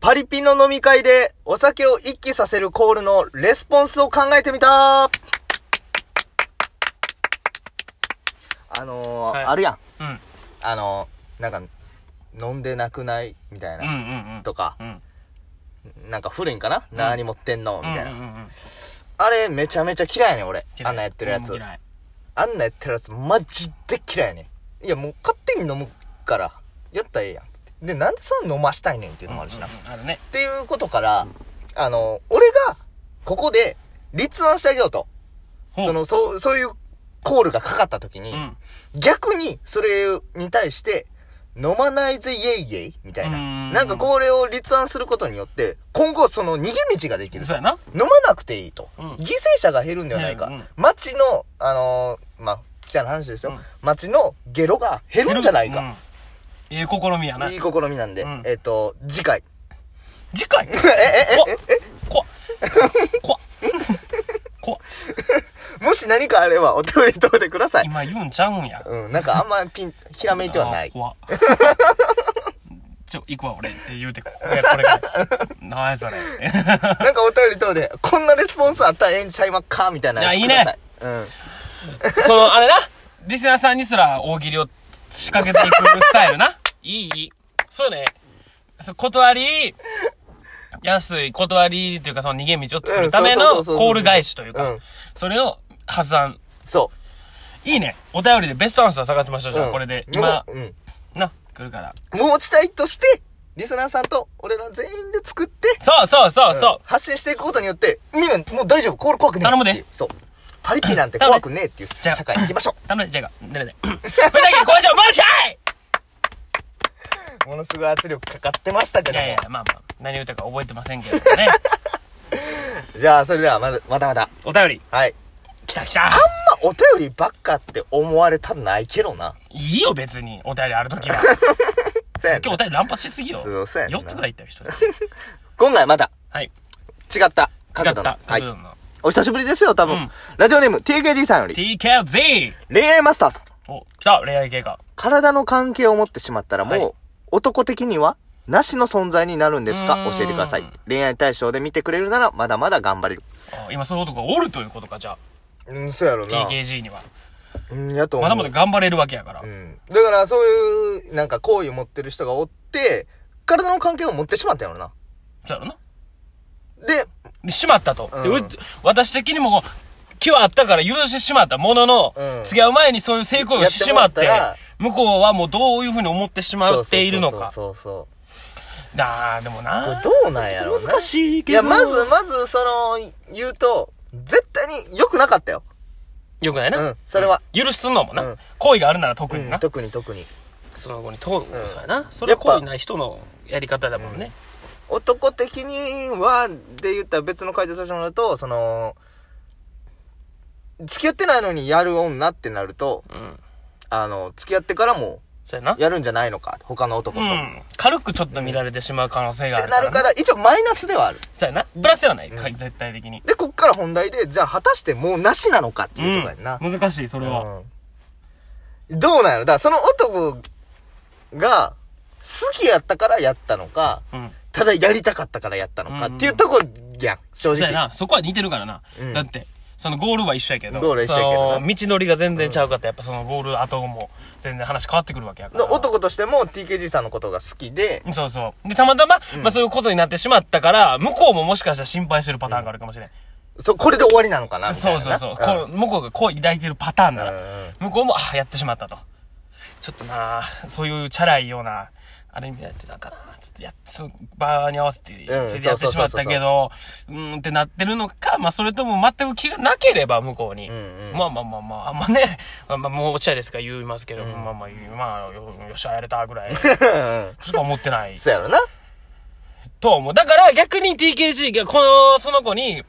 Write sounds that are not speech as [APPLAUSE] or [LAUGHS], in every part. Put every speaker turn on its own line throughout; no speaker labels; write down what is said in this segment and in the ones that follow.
パリピの飲み会でお酒を一気させるコールのレスポンスを考えてみたあのー
はい
あるやん。
うん。うん
あのーなんか、飲んでなくないみたい
うん
な。
うんうん。
とか、
うん。
なんか古いんかな、何持ってんのみたいな、
うんうんうん。
あれめちゃめちゃ嫌いやねん俺。
嫌い
あんなやってるやつ
俺も。嫌い
あんなやってるやつマジで嫌いやねん。いやもう勝手に飲むから、やったらええやんっつって。で、なんでそんな飲ましたいねんっていうのもあるしな。
うんうんあるね。
っていうことから、あの、俺が、ここで、立案してあげようと。
ほう
その、そう、そういうコールがかかった時に、
うん
逆に、それに対して、飲まないぜイェイイェイみたいうな。
ん
なんかこれを立案することによって、今後その逃げ道ができる。
そうやな。
飲まなくていいと。
うん
犠牲者が減るんではないか。
うんうん
街の、あのーまあ、汚い話ですよ。
うん
街のゲロが減るんじゃないか。
うん。ええ試みやな。
いい
次
試みなんで、
うん
えっ、と、次回。
回え、え、え、え、怖っ。怖っ。怖っ。
もし何かあればお便り等でください。
今言うんちゃうんや。
うん、なんかあんまピン、ひらめいてはな
あー [LAUGHS]
い。
怖っちょ、行くわ俺って言うて、これ、これから。なやそれ。
なんかお便り等で、こんなレスポンスあったらええんちゃいまっかみたいなやつ
い
くだ
や
さい。うん。
[LAUGHS] その、あれな、リスナーさんにすら大喜利を仕掛けていくスタイルな。いいいい。そうね。そう断り、安い断りというかその逃げ道を作るため
うんそ
の
うそうそうそう
コール返しというか
うん、
それを発案。
そ
いいね。お便りでベストアンサー探しましょう、
う。
じゃあ、
うん
これで。今
も、う、うん。
な、来るから。
もう落ちたいとして、リスナーさんと俺ら全員で作って、
そうそうそうそう。
発信していくことによって、みんなもう大丈夫、コール怖くねえ。
頼むで
っていうそう。パリピなんて怖くねえっていう
頼むで
社会に行きましょ。
ダメだ、じゃあ、ダメだ。ふざけん、こいしょ、マジかいう
ものすごい圧力かかってましたけ
い
ど
やい
も
や。、まあまあ、何言うたか覚えてませんけどね。
じゃあ、それではまだ、またまた。
お便り、
はい。
来た来た。
まあ、お便りばっかって思われたくないけどな。
いいよ、別に。お便りあるときは。
そうやね
[LAUGHS] 今日お便り乱発しすぎよ。
そうそうやんな
4つぐらい行ったよ、一人で。
[LAUGHS] 今回また、
はい。
違った。
違っ
角度の
た。
は
はいい。。の
お久しぶりですよ、多分。
うん
ラジオネーム、TKD さんより、
TKZ!
恋愛マスターさん。
お、来た、恋愛系か。
体の関係を持ってしまったらもう、
はい
男的には、なしの存在になるんですか
うーん
教えてください。恋愛対象で見てくれるなら、まだまだ頑張れる。
あ今そういう男がおるということか、じゃあ、
うん、そうやろ
TKG には。
うん、やと思
ま
う。
だまだ頑張れるわけやから
う。ん。だから、そういう、なんか、好意を持ってる人がおって、体の関係を持ってしまったよな。
そうやろな。
で、
で、しまったと。で、
う
うん私的にもこう、気はあったから許してしまったものの、
うん
付き合う前にそういう性行為をしてしまって
やってもらっ、
向こうはもうどういうふうに思ってしまっているのか。
そうそう
なあ、でも
そうそう。こ
な
れどうなんやろうな。
難しい
い
けど。
や、まず、まず、その、言うと、絶対に良くなかったよ。
よくないな。
うんそれは
許すのもな。
うん
好意があるなら特にな。
特に特に。
その後に問う、そうやな。そ
や
れ
っ
は
ぱ
好意ない人のやり方だもんね。
男的には、で言ったら別の回答させてもらうと、その、付き合ってないのにやる女ってなると、
うん。
あの、付き合ってからも
そうやな。
やるんじゃないのか、他の男
う
と。っ
ん。軽くちょっと見られてしまう可能性があ
て
る
な
から
る
な。
から、一応マイナスではある。
そうやな。プラスではない。か絶対的に。
で、こっから本題で、じゃあ果たしてもうなしなのかっていうとこやんな。
うん難しい、それは。
うんどうなんやろだからその男が好きやったからやったのか、
うん。
ただやりたかったからやったのかっていうとこやん、正
そうや
直。
な。そこは似てるからな。
うん
だって、そのゴールは一緒やけど。
ゴールは一緒やけどな
その道のりが全然ちゃうかったら、やっぱそのゴール後も全然話変わってくるわけやから。
の男としても TKG さんのことが好きで、
そうそう。で、たまたま、まあそういうことになってしまったから、向こうももしかしたら心配してるパターンがあるかもしれん。
そ、これで終わりなのかなみたい
そ
な
う
な。
そう
ん
そう。こう向こうが恋抱いてるパターンなら
うんうん、
向こうも、あ、やってしまったと。ちょっとなあそういうチャラいような、ある意味やってたから、ちょっとやっ、そう、場に合わせて、やって
そう
し
そうそうそう
まったけど、うーんってなってるのか、まあそれとも全く気がなければ向こうに。
ん
まあまあまあまあ、あんまね、まあまあもうお茶ですから言いますけど、まあまあ、まあ、よよっしゃ、やれたぐらい、しか思っ
[LAUGHS]
てない。
そうやろな。
と思う。だから逆に TKG がこの、その子に、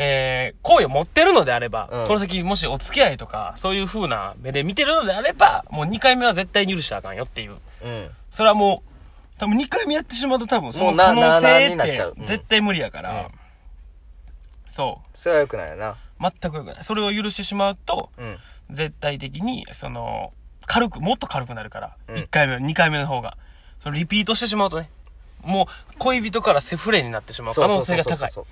えー、好意を持ってるのであれば、
うん
この先もしお付き合いとか、そういう風な目で見てるのであれば、もう2回目は絶対に許したらあかんよっていう。
うん。
それはもう、多分2回目やってしまうと多分そ
も
の
うな
可能
なな
性
に
っ
なっちゃうう
て
ん
絶対無理やから、
うん
そ
それは良くないよな。
う、全く良くない。それを許してしまうと、
うん。
絶対的に、その、軽く、もっと軽くなるから、1回目より2回目の方が。そのリピートしてしまうとね。もう恋人からセフレになってしまう
そ
可
うそう
能
そ
性
う
が
そう
高い
そう。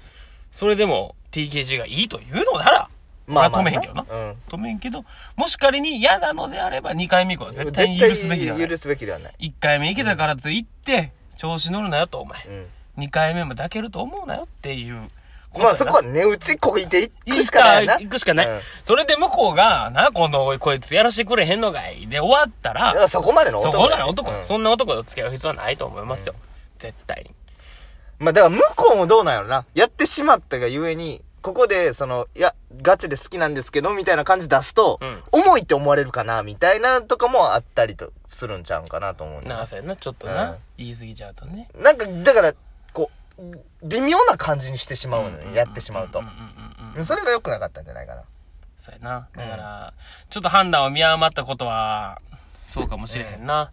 それでも TKG がいいというのなら、
ま
ま
あ
あ
まあな
止めへんけどな。
うん
止めへんけど、もし仮に嫌なのであれば2回目以降は絶対に許すべきだ
絶
よ、
対許
ね。
すべきではない。
1回目行けたからといって、調子乗るなよと、お前。
うん。
2回目も抱けると思うなよっていうとやな。
まあそこは値打ちこいていくしかないよな。
行くしかない。
うん
それで向こうが、な、今度こいつやらしてくれへんのかい。で終わった、
だかららそこまでの
そ
男
こ
だ
な
よ
ら男、
うん
そんな男と付き合う必要はないと思いますよ。絶対に。
まあだから向こうもどうなんやろな。やってしまったがゆえに、ここで、その、いや、ガチで好きなんですけど、みたいな感じ出すと、
うん
重いって思われるかな、みたいなとかもあったりと、するんちゃうんかなと思うねん
なあ、そうやな、ちょっとな、
うん
言い過ぎちゃうとね。
なんか、だから、こう、微妙な感じにしてしまうのよ、やってしまうと
うん。うんうん。
それが良くなかったんじゃないかな。
そうやな。だから、ちょっと判断を見誤ったことは、そうかもしれへんな。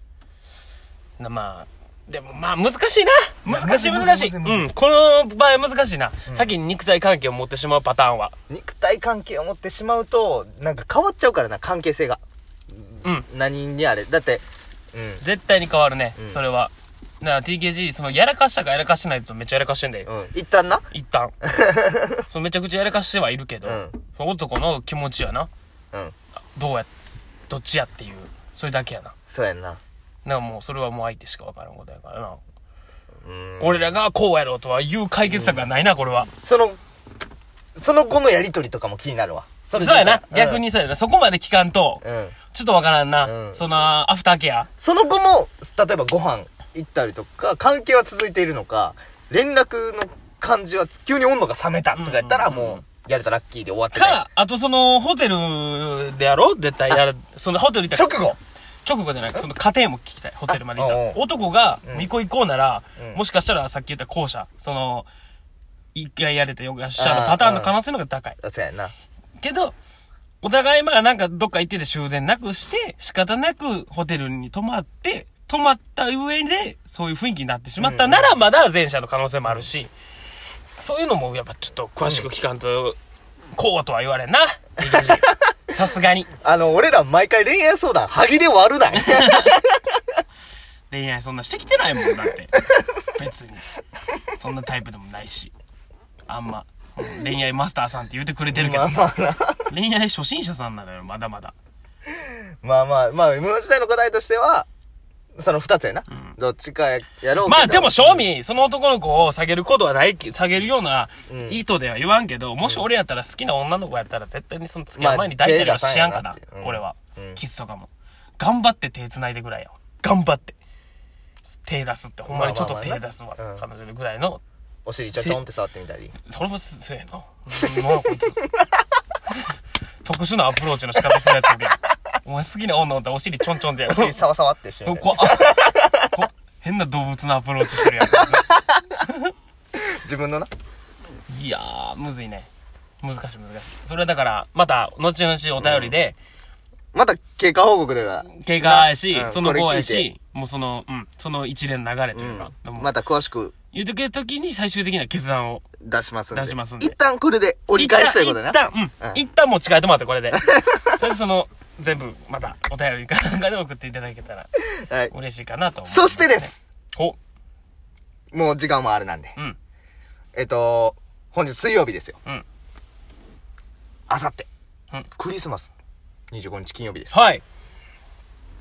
なまあ、でもまあ難しいな難しい
むずい
難しい。
むず
う
いむずい
ん、この場合難しいな。先に肉体関係を持ってしまうパターンは。
肉体関係を持ってしまうと、なんか変わっちゃうからな、関係性が。
うん。
何にあれ。だって、う
絶対に変わるね。それは。だから TKG、そのやらかしたかやらかしてないとめっちゃやらかしてんだよ。
ん。うん。一旦な。
一
[LAUGHS]
旦。そのめちゃくちゃやらかしてはいるけど、
うん
その男の気持ちやな。
うん。
どうや、どっちやっていう、それだけやな。
そうやんな。
なんかもうそれはもう相手しかわからんことやからな。
うん。
俺らがこうやろうとはいう解決策がないな、これは。
その、その後のやりとりとかも気になるわ。そ
そうやな。逆
に。
にそうやな。そこまで聞かんと
う、ん。
ちょっとわからん
う。
なんその、アフターケア。
その後も、例えばご飯行ったりとか、関係は続いているのか、連絡の感じは急に温度が冷めたとかやったら、もう、やれたラッキーで終わってない。
か、あとその、ホテルでやろう絶対やる。その、ホテル行った
直
ら、
後
直後じゃなくその、家庭も聞きたい。ホテルまで行った
あおう
ら。男が、2個行こうなら
う、ん
もしかしたらさっき言った後者。その、一回やれてよがしちゃうパターンの可能性の方が高い。
そうやんな。
けど、お互いまあなんかどっか行ってて終電なくして、仕方なくホテルに泊まって、泊まった上で、そういう雰囲気になってしまったなら、まだ前者の可能性もあるし、そういうのもやっぱちょっと詳しく聞かんと、こうとは言
[LAUGHS]
われんな。さすがに。
あの、俺ら毎回恋愛相談、歯切れ悪
[LAUGHS]
ない。
恋愛そんなしてきてないもん、
[LAUGHS]
だって。別に。そんなタイプでもないし。あんま、うん恋愛マスターさんって言ってくれてるけど
まあ
な、
まあな。
恋愛初心者さんなのよ、まだまだ。
まあまあ、まあ、無時代の答えとしては、その二つやな。どっちかやろうけど
まあでも、正味、その男の子を下げることはないけ、下げるような意図では言わんけど、もし俺やったら好きな女の子やったら絶対にその付き合う前に抱いたりはしやんか
まあ
な
手出さんやなっていうう、ん
俺は
うん。
キスとかも。頑張って手繋いでぐらいやわ。頑張って。手出すって、ほんまにちょっと手出すわ
まあまあまあ。な
彼女ぐらいの。
お尻ちょちょんって触ってみたり。
それもす、そうやな。もうこいつ。特殊なアプローチの仕方するやつおるやんお前好きな女おったらお尻ちょんちょんってやる
お。尻サワサワってしてみたり
怖っ。怖っ変な動物のアプローチしてるやん。
自分のな。
いやー、むずいね。難しい難しい。それはだから、また、後々お便りで、
また経過報告だから。
経過やし
う、ん
その後や
これ聞い
し、もうその、うん、その一連の流れというか、でも
また詳しく
言うとけるときに最終的な決断を。
出しますんで。
出しますんで
一旦これで折り返しということだな。
一旦、一旦うん。一旦持ち帰ってもらって、これ
[LAUGHS]
で。とりあえずその、全部、また、お便りかなんかで送っていただけたら、
はい。
嬉しいかなと思います
そしてで。す。
お、
もう時間もあれなんで。
うん。
えっと、本日水曜日ですよ。
うん
あさって
うん。
クリスマス。25日金曜日です。
はい。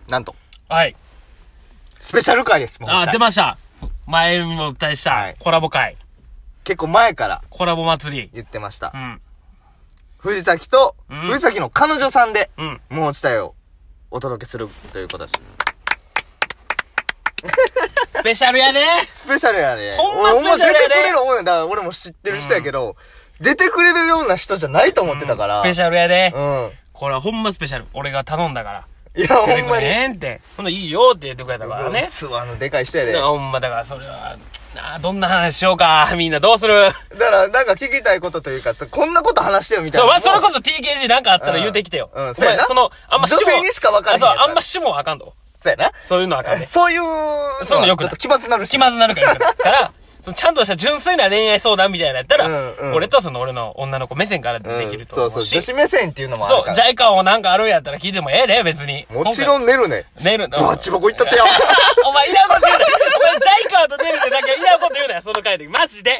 なんと、
はい。
スペシャル回です。もう
あ、出ました。前にもお伝えし
は
た
い、
コラボ会。
結構前から
コラボ祭り。
言ってました。
うん。
藤崎と、藤崎の彼女さんで、
うん
もう落ちたよをお届けするということです。
スペシャルやね
スペシャルやね。
ほんま
俺
スペシャルやね
出てくれる思うねんだから俺も知ってる人やけど、出てくれるような人じゃないと思ってたから。
スペシャルやで。
うん。
これはほんまスペシャル。俺が頼んだから。
いや、ほんまに。
えんって。ほんでいいよって言ってくれたからね。
器のでかい人やで。
だか
だ
ら
か
ほんまだからそれは、なあ、どんな話しようか。みんなどうする
ら、なんか聞きたいことというか、こんなこと話してよみたい
そう、
な。
わそれこそ TKG なんかあったら言うてきてよ。
うんうん
お
そうや
前
な
その、あんま
女性にしか分からへん
そう、
やつ
あんましもあかんと。
そうや
そういうのあかん
な。
で。
そういうの
そうい
は、
うのよ
ち
く
ょっ
ない
と気まずなるし。
気まずなるから。から、 [LAUGHS] そのちゃんとした純粋な恋愛相談みたいなのやったら、
うんうん
俺とその俺の女の子目線からで
うん
きると
そ
思う
うそう、
し。
女子目線っていうのもある
そう、
か
ジ
ら。
ャイカをなんかあるんやったら聞いてもええで、別に。
もちろ
ん。
ん寝るね。
寝る [LAUGHS]
バチボコ行ったってよ。
お前いらんこと言うな。お前、ジャイカーと出るってだけその回で。マジで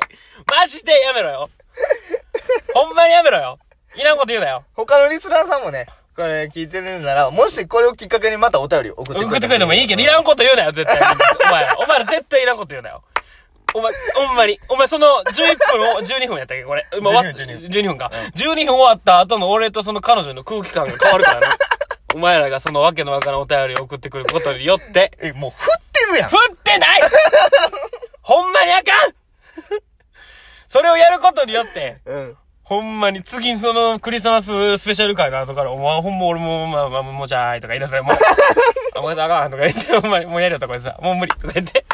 マジでやめろよ。ほんまにやめろよ。いらんこと言うなよ。
[LAUGHS] 他のリスナーさんもね、これ聞いてるなら、もしこれをきっかけにまたお便り送ってくれ
送ってくれてもいいけど、いらんこと言うなよ、絶対。お前、お前ら絶対いらんこと言うなよ。お前、ほんまに。お前その11分を、12分やったっけこれ。今終わっ
12分
12分か。12分終わった後の俺とその彼女の空気感が変わるからな。お前らがそのわけのわからんお便りを送ってくることによって、
え、もう振ってるやん
振ってないほんまにあかんそれをやることによって、
うん。
ほんまに、次、その、クリスマススペシャル会の後から、お前、ほんま俺も、まあまあ、もうじゃーいとか言い出すね、もう、
[LAUGHS]
あ、ごめんなさい、あかんとか言って、ほんまに、もうやりよったこれさ、もう無理とか言って、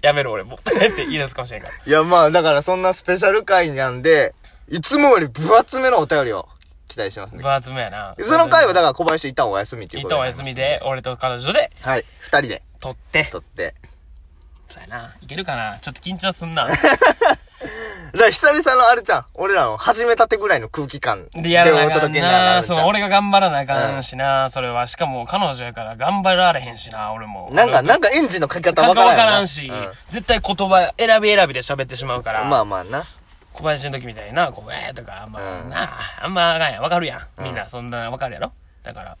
やめる俺も、とか言って言い出すかもしれんから。
いや、まあ、だからそんなスペシャル回なんで、いつもより分厚めのお便りを期待してますね。
分厚めやな。
その回はだから小林一旦お休みっていう
一
こと
旦
に
お
なります
休み。で、俺と彼女で、
はい。二人で
撮って、
撮って。
そうやな、いけるかな、ちょっと緊張す
[LAUGHS]
んな。
だから久々のあれちゃん、俺らの始めたてぐらいの空気感で
リアル
お
なあか
届
ん
けにな
な、
るち
そ
ゃ
う、
ん。
俺が頑張らなあかんしな、それは、しかも彼女やから頑張られへんしな、俺も。
なんか、なんかエンジンのかけ方
な
わ
んか
からん
わ
よな
からんし、絶対言葉選び選びで喋ってしまうから。
うんまあまあな。
小林の時みたいにな、こう、えーとか、あんま、
うん
なあ、あんまあかんやん。わかるやん。みんな、そんな、わかるやろだから、 [LAUGHS]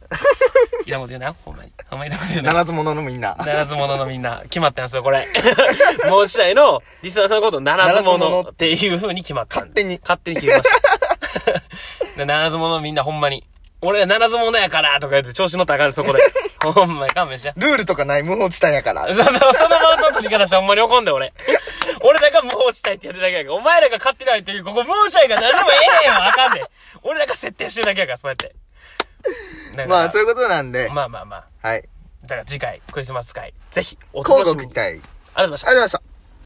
いらんこと言うなよ、ほんまに。ほんまにいらんこと言うなよ。
七つ者のみんな。
ならず者のみんな、決まったんですよ、これ。 [LAUGHS] 申しいの、リスナーさんのことをならず
ならず
者
者
っていう風に決まったんで
勝手に
勝手に決めました。 [LAUGHS] でならず者のみんな、ほんまに。俺らならず者やからとか言って調子乗ったらあかんでそこで。ほんまに勘弁して。
ルールとかない無法地帯やから
[LAUGHS] そう。そう、そのマウントの取り方してほんまに怒んで、俺。 [LAUGHS] 俺らが無法地帯ってやってるだけやから、お前らが勝手に入ってる、ここ無法地帯が何でもええねんわ、あかんで。俺らが設定してるだけやから、そうやって。だから
まあ、そういうことなんで、
まあまあまあ。
はい。
だから次回、クリスマス会、ぜひ、お
交
楽し
互
み
期
に。
待。ありがとう
ありがとうございました
ご。ざいました。